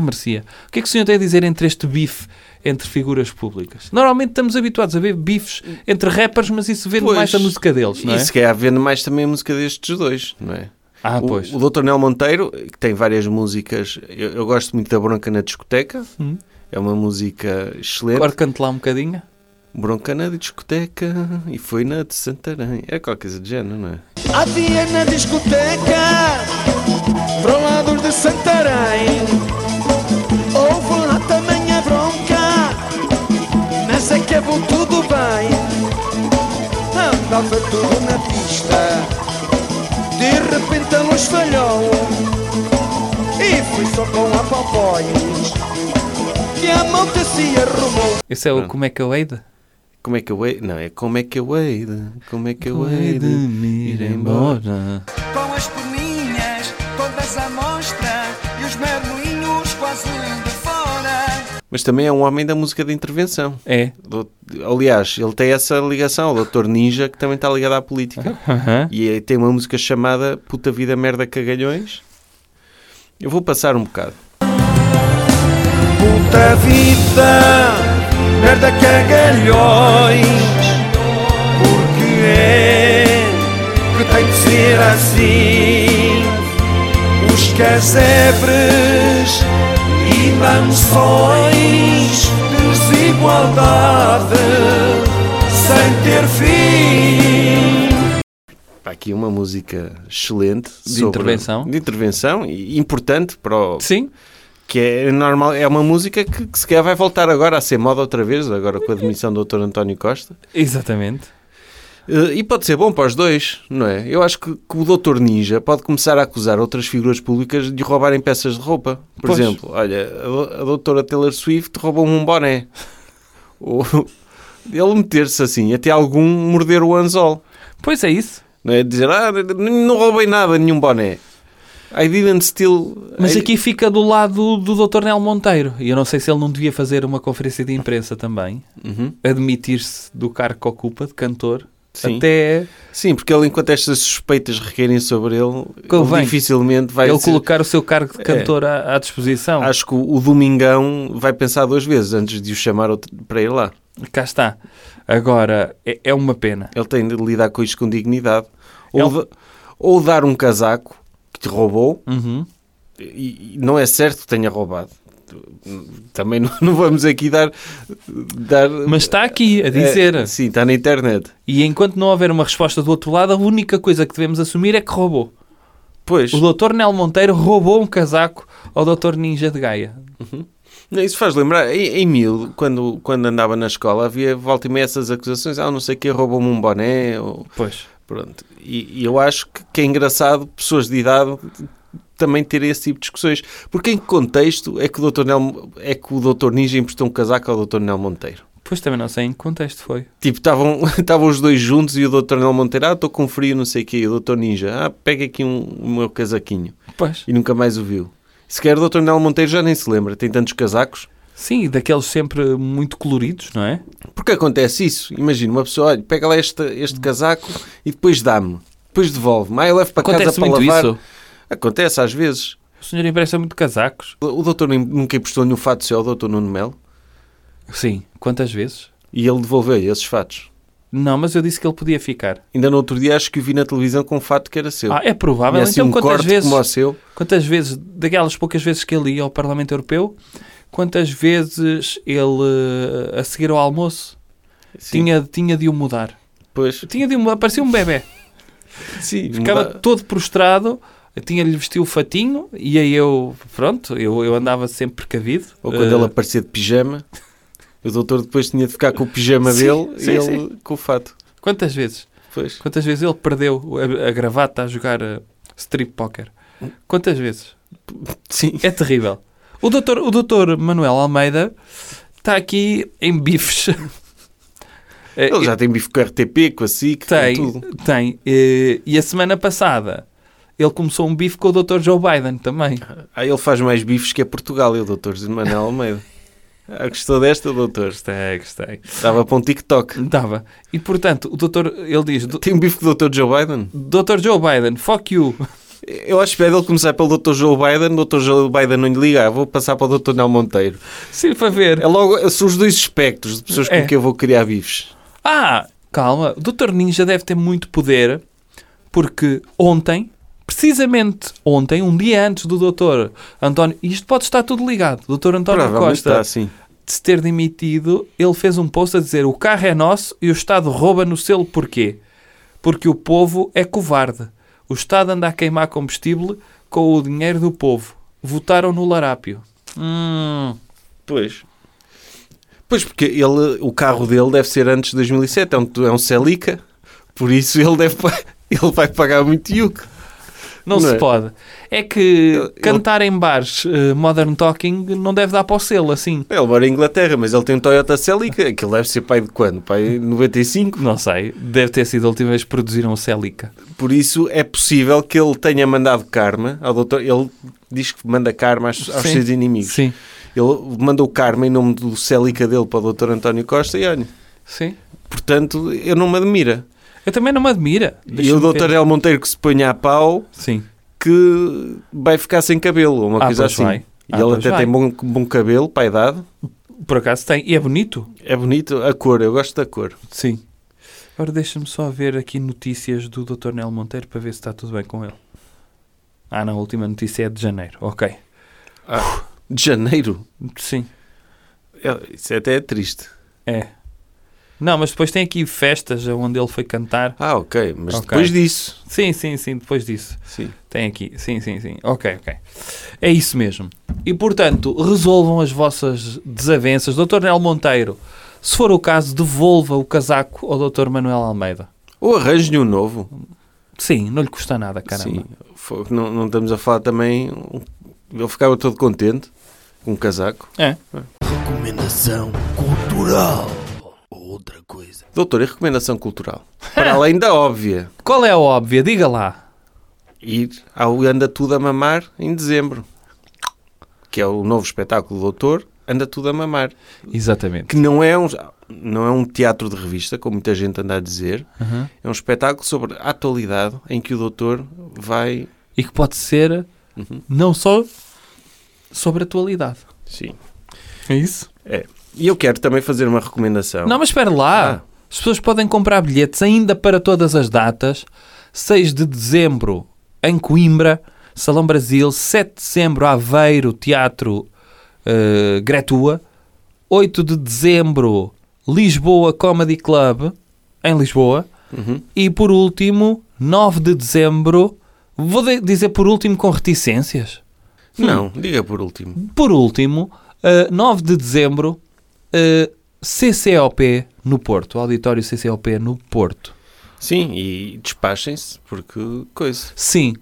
merecia. O que é que o senhor tem a dizer entre este bife entre figuras públicas? Normalmente estamos habituados a ver bifes entre rappers, mas isso vende
Pois.
mais a música deles, não é?
E se calhar vendo mais também a música destes dois, não é?
Ah,
o,
pois.
o Dr. Nel Monteiro, que tem várias músicas, eu, eu gosto muito da Bronca na Discoteca,
Hum.
é uma música excelente.
Agora cante lá um bocadinho.
Bronca na discoteca e foi na de Santarém. É qualquer coisa de género, não é?
Havia na discoteca Brolados de Santarém Houve lá também a bronca Nessa que é bom, tudo bem Andava tudo na pista De repente a luz falhou E fui só com a pampões Que a malta se arrumou
Esse é o
Pronto.
Como é que eu hei de?
Como é que eu hei... Não, é como é que eu hei de... Como é que eu hei de...
me
ir embora.
Com as perninhas todas à mostra e os mergulhinhos quase de fora.
Mas também é um homem da música de intervenção.
É.
Do- Aliás, ele tem essa ligação ao Dr. Ninja, que também está ligado à política. E aí tem uma música chamada Puta Vida Merda Cagalhões. Eu vou passar um bocado.
Puta vida, merda cagalhões Porque é que tem de ser assim Os casebres e mansões Desigualdade sem ter fim
Pá, aqui uma música excelente.
De intervenção.
De intervenção e importante para o...
Sim,
Que é normal, é uma música que, que se calhar vai voltar agora a ser moda outra vez, agora com a demissão do Dr. António Costa.
exatamente.
Eh, E pode ser bom para os dois, não é? Eu acho que, que o Dr. Ninja pode começar a acusar outras figuras públicas de roubarem peças de roupa. Por
Pois.
exemplo, olha, a do- a doutora Taylor Swift roubou um boné. Ou ele meter-se assim, até algum morder o anzol.
Pois é isso.
Não é? Dizer, ah, n- não roubei nada, nenhum boné. I didn't steal...
Mas
I-
aqui fica do lado do Dr. Nel Monteiro. E eu não sei se ele não devia fazer uma conferência de imprensa também.
Uhum.
Admitir-se do cargo que ocupa de cantor.
Sim.
Até
Sim, porque ele, enquanto estas suspeitas requerem sobre ele,
Convém.
ele dificilmente vai
ele
ser-
colocar o seu cargo de cantor à, à disposição.
Acho que o, o Domingão vai pensar duas vezes antes de o chamar outro- para ir lá.
Cá está. Agora, é, é uma pena.
Ele tem de lidar com isto com dignidade. Ou,
Ele-
da- ou dar um casaco que te roubou,
Uhum.
e, e não é certo que tenha roubado. Também não, não vamos aqui dar. dar
Mas está aqui a dizer.
É, sim, está na internet.
E enquanto não houver uma resposta do outro lado, a única coisa que devemos assumir é que roubou.
Pois,
O Dr. Nel Monteiro roubou um casaco ao Dr. Ninja de Gaia.
isso faz lembrar. Em, em miúdo, quando, quando andava na escola, havia volta e meia essas acusações. Ah, não sei o que, roubou-me um boné. Ou,
Pois.
Pronto. E, e eu acho que, que é engraçado pessoas de idade também terem esse tipo de discussões. Porque em que contexto é que o Dr. Nel, é que o Dr. Ninja emprestou um casaco ao Dr. Nel Monteiro?
Pois também não sei em que contexto foi.
Tipo, estavam estavam os dois juntos e o Dr. Nel Monteiro, ah, estou com frio, não sei o quê. E o Dr. Ninja, ah, pega aqui um, o meu casaquinho.
Pois.
E nunca mais o viu. Sequer o Dr. Nel Monteiro já nem se lembra, tem tantos casacos.
Sim, daqueles sempre muito coloridos, não é?
Porque acontece isso. Imagina, uma pessoa, olha, pega lá este, este casaco e depois dá-me. Depois devolve-me. Ah, eu levo para
Acontece
casa para
muito
lavar.
isso.
Acontece às vezes.
O senhor empresta muito casacos.
O doutor nem- nunca emprestou nenhum fato seu ao doutor Nuno Melo
Sim. Quantas vezes?
e ele devolveu-lhe esses fatos.
Não, mas eu disse que ele podia ficar.
Ainda no outro dia acho que o vi na televisão com um fato que era seu.
Ah, é provável.
Tinha assim
então
um
quantas
corte
vezes?
como o seu.
Quantas vezes, daquelas poucas vezes que ele ia ao Parlamento Europeu, quantas vezes ele, eh, a seguir ao almoço,
Sim,
tinha, tinha de o mudar?
pois,
Tinha de o mudar, parecia um bebê.
sim,
Ficava
muda-
todo prostrado, tinha-lhe vestido o fatinho, e aí eu, pronto, eu, eu andava sempre precavido.
Ou quando
Eh,
ele aparecia de pijama, o doutor depois tinha de ficar com o pijama
Sim,
dele
sim,
e ele com o fato.
Eh, Quantas vezes?
Pois.
Quantas vezes ele perdeu a, a gravata a jogar eh, strip poker?
Hum.
Quantas vezes?
Sim.
É terrível. O doutor, o doutor Manuel Almeida está aqui em bifes. Eh,
Ele já tem bife com a RTP, com a SIC,
tem,
com tudo.
tem. Eh, E a semana passada ele começou um bife com o Dr. Joe Biden também.
Aí Ah, ele faz mais bifes que é Portugal, e o doutor Manuel Almeida. Ah, gostou desta, doutor?
Gostei, gostei.
Dava para um TikTok.
Dava. E portanto, o doutor, ele diz: "Do-
Tem um bife com o Dr. Joe Biden?
Dr. Joe Biden, fuck you.
Eu acho que é dele começar pelo Dr. Joe Biden, o Dr. Joe Biden não lhe liga, ah, vou passar para o Dr. Nel Monteiro.
Sim, para ver.
É logo, são os dois espectros de pessoas
É.
com que eu vou criar bifes.
Ah, calma. O Dr. Ninja deve ter muito poder porque ontem, precisamente ontem, um dia antes do Dr. António. Isto pode estar tudo ligado. O Dr. António
Provavelmente
Costa
está assim.
de se ter demitido, ele fez um post a dizer: o carro é nosso e o Estado rouba no selo porquê? Porque o povo é covarde. O Estado anda a queimar combustível com o dinheiro do povo. Votaram no larápio. Hum.
Pois. Pois, porque ele, o carro dele deve ser antes de 2007, é um, é um Celica, por isso ele, deve, pa- ele vai pagar muito iuco.
Não,
Não
se
é?
pode. É que
Eu- eu-
cantar em bares eh, Modern Talking não deve dar para o selo assim.
Ele mora em Inglaterra, mas ele tem um Toyota Celica, aquilo deve ser pai de quando? Pai de 95?
Não sei. Deve ter sido a última vez que produziram o Celica.
Por isso é possível que ele tenha mandado karma ao doutor. Ele diz que manda karma aos, aos
Sim.
seus inimigos.
Sim.
Ele mandou karma em nome do Celica dele para o doutor António Costa e olha,
Sim.
portanto, eu não me admira.
Eu também não me admira.
e o
Deixa-me
doutor
ver.
El Monteiro que se ponha a pau
Sim.
que vai ficar sem cabelo, ou uma
Ah,
coisa
pois
assim.
vai.
E
Ah,
ele
pois
até
vai.
tem bom, bom cabelo para a idade.
Por acaso tem. E é bonito.
É bonito a cor, eu gosto da cor.
Sim. Agora deixa-me só ver aqui notícias do Dr. Nel Monteiro para ver se está tudo bem com ele. Ah, não, a última notícia é de janeiro. Ok.
De janeiro?
Sim.
É, Isso até é triste.
É. Não, mas depois tem aqui festas onde ele foi cantar.
Ah, ok, mas
Ok.
depois disso.
Sim, sim, sim, depois disso.
Sim.
Tem aqui. Sim, sim, sim. Ok, ok. É isso mesmo. E portanto, resolvam as vossas desavenças. Dr. Nel Monteiro, se for o caso, devolva o casaco ao Dr. Manuel Almeida.
Ou arranje um novo.
Sim, não lhe custa nada, caramba.
Sim, Fogo, não, não estamos a falar também. um, Ele ficava todo contente com o casaco.
É.
Recomendação cultural. Outra coisa.
Doutor, e recomendação cultural? Para além da óbvia,
Qual é a óbvia? Diga lá.
ir ao Anda Tudo a Mamar em dezembro, que é o novo espetáculo do Doutor, Anda Tudo a Mamar,
Exatamente.
que não é um, não é um teatro de revista, como muita gente anda a dizer, é um espetáculo sobre a atualidade em que o Doutor vai.
E que pode ser não só sobre a atualidade.
Sim.
É isso?
É. E eu quero também fazer uma recomendação.
Não, mas espera lá. As pessoas podem comprar bilhetes ainda para todas as datas. 6 de dezembro em Coimbra, Salão Brasil. 7 de dezembro, Aveiro, Teatro eh, Gretua. 8 de dezembro, Lisboa Comedy Club, em Lisboa. E por último, 9 de dezembro, vou de- dizer por último com reticências.
Não, diga por último.
Por último, eh, 9 de dezembro, eh, CCOP no Porto, Auditório CCOP no Porto.
Sim, e despachem-se, porque coisa.
Sim,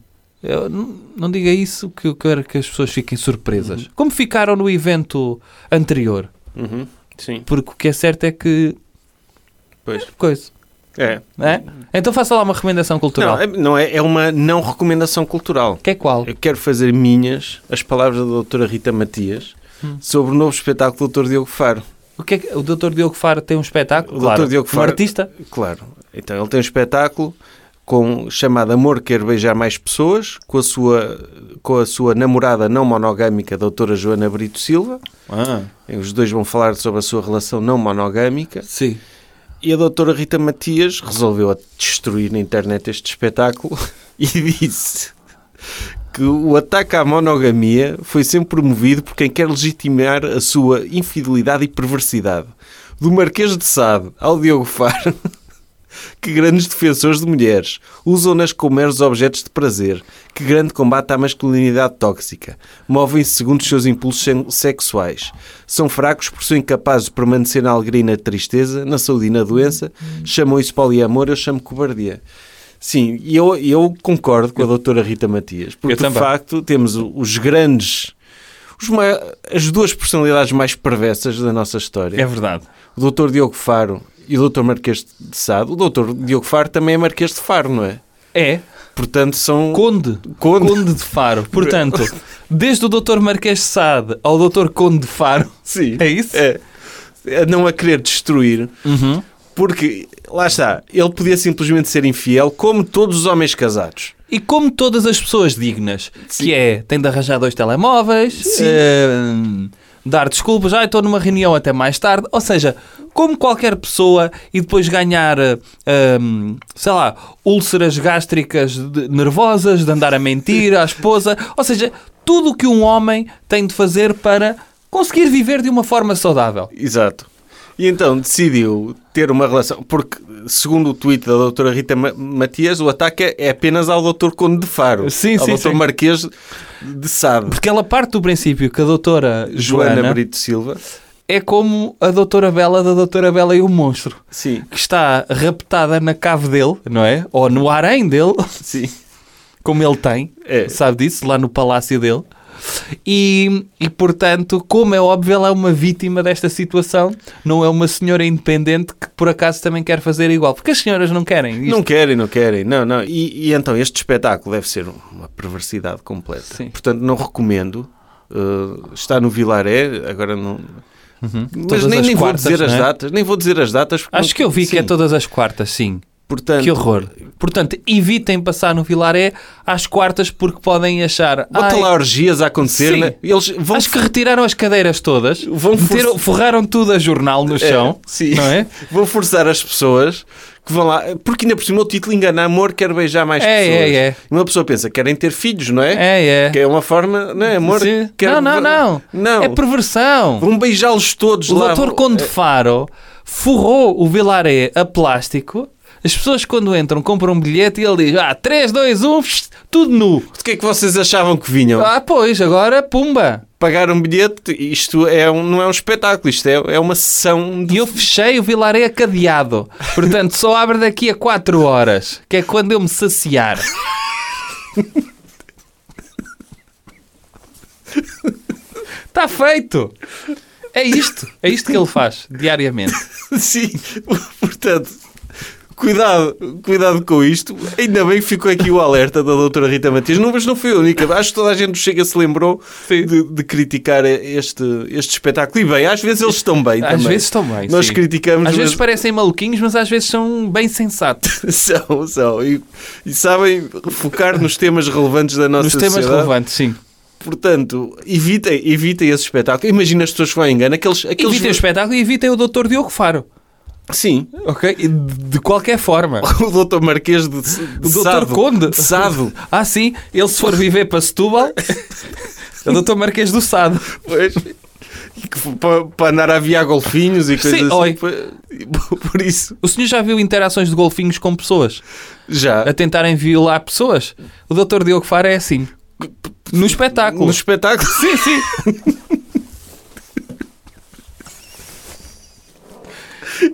eu n- não diga isso que eu quero que as pessoas fiquem surpresas.
Uhum.
Como ficaram no evento anterior?
Sim,
Porque o que é certo é que.
pois.
Coisa.
É.
não é? Então faça lá uma recomendação cultural.
Não, é, não é, é uma não recomendação cultural.
Que é qual?
Eu quero fazer minhas as palavras da doutora Rita Matias
Hum.
sobre o novo espetáculo do doutor Diogo Faro.
O, que é que- o Dr. Diogo Faro tem um espetáculo?
O Dr.
Claro.
Diogo Faro-
Um artista?
Claro. Então, ele tem um espetáculo com, chamado Amor Quer Beijar Mais Pessoas, com a sua, com a sua namorada não monogâmica, a doutora Joana Brito Silva.
Ah.
Os dois vão falar sobre a sua relação não monogâmica.
Sim.
E a doutora Rita Matias resolveu a destruir na internet este espetáculo e disse que o ataque à monogamia foi sempre promovido por quem quer legitimar a sua infidelidade e perversidade. Do Marquês de Sade ao Diogo Faro Que grandes defensores de mulheres. Usam-nas como meros objetos de prazer. Que grande combate à masculinidade tóxica. Movem-se segundo os seus impulsos sen- sexuais. São fracos por serem capazes de permanecer na alegria e na tristeza, na saúde e na doença. Chamam isso poliamor, eu chamo cobardia. Sim, e eu, eu concordo com a doutora Rita Matias. Porque,
Eu
de
também.
facto, temos o- os grandes... os mai- as duas personalidades mais perversas da nossa história
É verdade.
o doutor Diogo Faro e o doutor Marquês de Sade. O doutor Diogo Faro também é Marquês de Faro, não é?
É.
Portanto, são...
Conde.
Conde.
de Faro. Portanto, desde o Dr. Marquês de Sade ao Dr. Conde de Faro.
Sim.
É isso? Uhum.
É. A não a querer destruir. Porque, lá está, ele podia simplesmente ser infiel como todos os homens casados.
E como todas as pessoas dignas, que é, tem de arranjar dois telemóveis, eh, dar desculpas, ah, estou numa reunião até mais tarde, ou seja, como qualquer pessoa e depois ganhar, eh, ehm, sei lá, úlceras gástricas de- nervosas, de andar a mentir à esposa, ou seja, tudo o que um homem tem de fazer para conseguir viver de uma forma saudável.
Exato. E então decidiu ter uma relação... Porque, segundo o tweet da doutora Rita Ma- Matias, o ataque é- é apenas ao doutor Conde de Faro.
Sim,
ao
sim,
doutor
sim.
Marquês de Sade.
Porque ela parte do princípio que a doutora
Joana,
Joana,
Brito Silva.
é como a doutora Bela da doutora Bela e o monstro.
Sim,
que está raptada na cave dele, não é? Ou no harém dele,
sim.
como ele tem,
É.
sabe disso, lá no palácio dele. E, e, portanto, como é óbvio, ela é uma vítima desta situação, não é uma senhora independente que por acaso também quer fazer igual, porque as senhoras não querem isto.
Não querem, não querem. Não, não. E, e então este espetáculo deve ser uma perversidade completa.
Sim.
Portanto, não recomendo. Uh, está no Vilaré, agora não. Mas
Uhum. Todas
nem,
as
nem
quartas,
vou dizer as
não é?
datas, nem vou dizer as datas. porque
Acho
não-
que eu vi que é
Sim.
todas as quartas, sim.
Portanto,
Que horror. Portanto, evitem passar no Vilaré às quartas porque podem achar.
Bota
"Ai,
lá orgias a acontecer.
Sim.
né? Eles vão
Acho que retiraram as cadeiras todas,
Vão
meteram-
forçar-
forraram tudo a jornal no chão,
sim.
não é?
Vou forçar as pessoas que vão lá, porque ainda por cima o título engana amor, quer beijar mais
É,
pessoas.
é, é.
Uma pessoa pensa, querem ter filhos, não é?
É, é.
Que é uma forma, não é? Amor,
Sim.
quer-
Não, não, não,
Não,
É perversão.
vão beijá-los todos
O
lá. é.
doutor Conde Faro forrou o Vilaré a plástico. As pessoas quando entram compram um bilhete e ele diz Ah, 3, 2, 1, tudo nu.
O que é que vocês achavam que vinham?
Ah, pois, agora pumba.
Pagar um bilhete, isto é um, não é um espetáculo, isto é, é uma sessão de.
E eu fechei o Vilaré cadeado. Portanto, só abre daqui a 4 horas, que é quando eu me saciar. Está feito. É isto. É isto que ele faz diariamente.
Sim, portanto, cuidado, cuidado com isto. Ainda bem que ficou aqui o alerta da doutora Rita Matias, não, mas não foi a única. Acho que toda a gente do chega se lembrou de, de criticar este, este espetáculo. E bem, às vezes eles estão bem
Às
também.
vezes estão bem.
Nós
sim.
criticamos,
Às vezes
mas
parecem maluquinhos, mas às vezes são bem sensatos.
são, são. E, e sabem focar nos temas relevantes da nossa
Nos temas
sociedade.
relevantes, sim.
Portanto, evitem, evitem esse espetáculo. Imagina as pessoas que vão a engano. Aqueles, aqueles...
Evitem o espetáculo e evitem o Dr. Diogo Faro.
Sim.
Ok? E De de qualquer forma.
O doutor Marquês de, de
O Dr.
Sado.
Conde.
De Sado.
Ah, sim. Ele se for viver para Setúbal, é o Dr. Marquês do Sado.
Pois. E que foi Para, para andar a aviar golfinhos e coisas
Sim,
assim.
oi.
Por- Por isso,
O senhor já viu interações de golfinhos com pessoas? A
já.
tentarem violar pessoas? O Dr. Diogo Faro é assim. No espetáculo.
No espetáculo.
Sim, sim.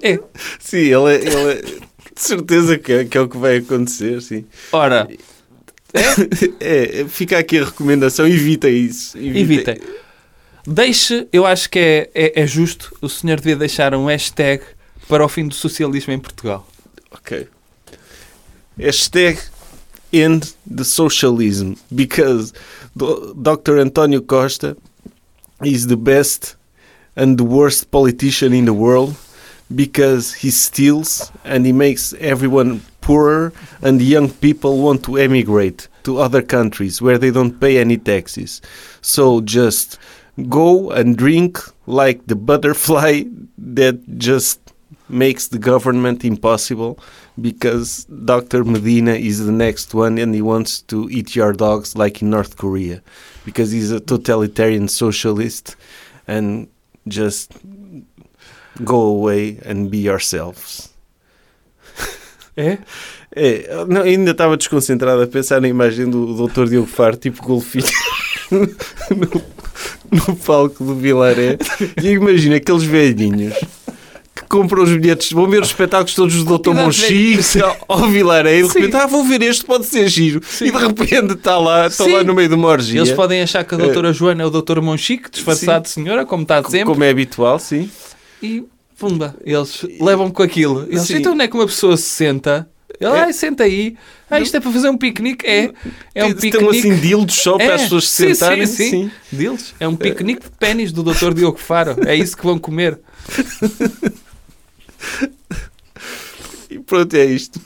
É.
Sim, ele é. Ele é- De certeza que é, que é o que vai acontecer, sim.
Ora,
É, é, fica aqui a recomendação, evita isso. Evita.
evitem. Deixe, eu acho que é, é, é justo, o senhor devia deixar um hashtag para o fim do socialismo em Portugal.
Ok. Hashtag end the socialism because do- Dr. António Costa is the best and the worst politician in the world because he steals and he makes everyone poorer and young people want to emigrate to other countries where they don't pay any taxes. So just go and drink like the butterfly that just makes the government impossible because Dr. Medina is the next one and he wants to eat your dogs like in North Korea because he's a totalitarian socialist and just go away and be yourselves.
É?
É, não, ainda estava desconcentrado a pensar na imagem do Dr. Diogo Faro, tipo golfinho, no, no palco do Vilaré. E imagina aqueles velhinhos que compram os bilhetes, vão ver os espetáculos todos do Dr.
Quantidade de
Monchique ao Vilaré e de
Sim.
repente, ah, vou ver este, pode ser giro. E de repente está lá, está
Sim.
lá no meio de uma orgia.
Eles podem achar que a
Eh,
doutora Joana é o doutor Monchique, disfarçado de senhora, como está sempre,
Como é habitual, sim.
e pumba, eles levam-me com aquilo. Eles,
Sim. É.
Então onde é que uma pessoa se senta? Ele, ai, senta aí. Ah, isto é para fazer um piquenique? É. É um
Estão
piquenique. É.
assim dildos só para as pessoas se
sim,
sentarem.
Sim, sim. Deles. É um piquenique de pênis do Dr. Diogo Faro. É isso que vão comer.
E pronto, é isto.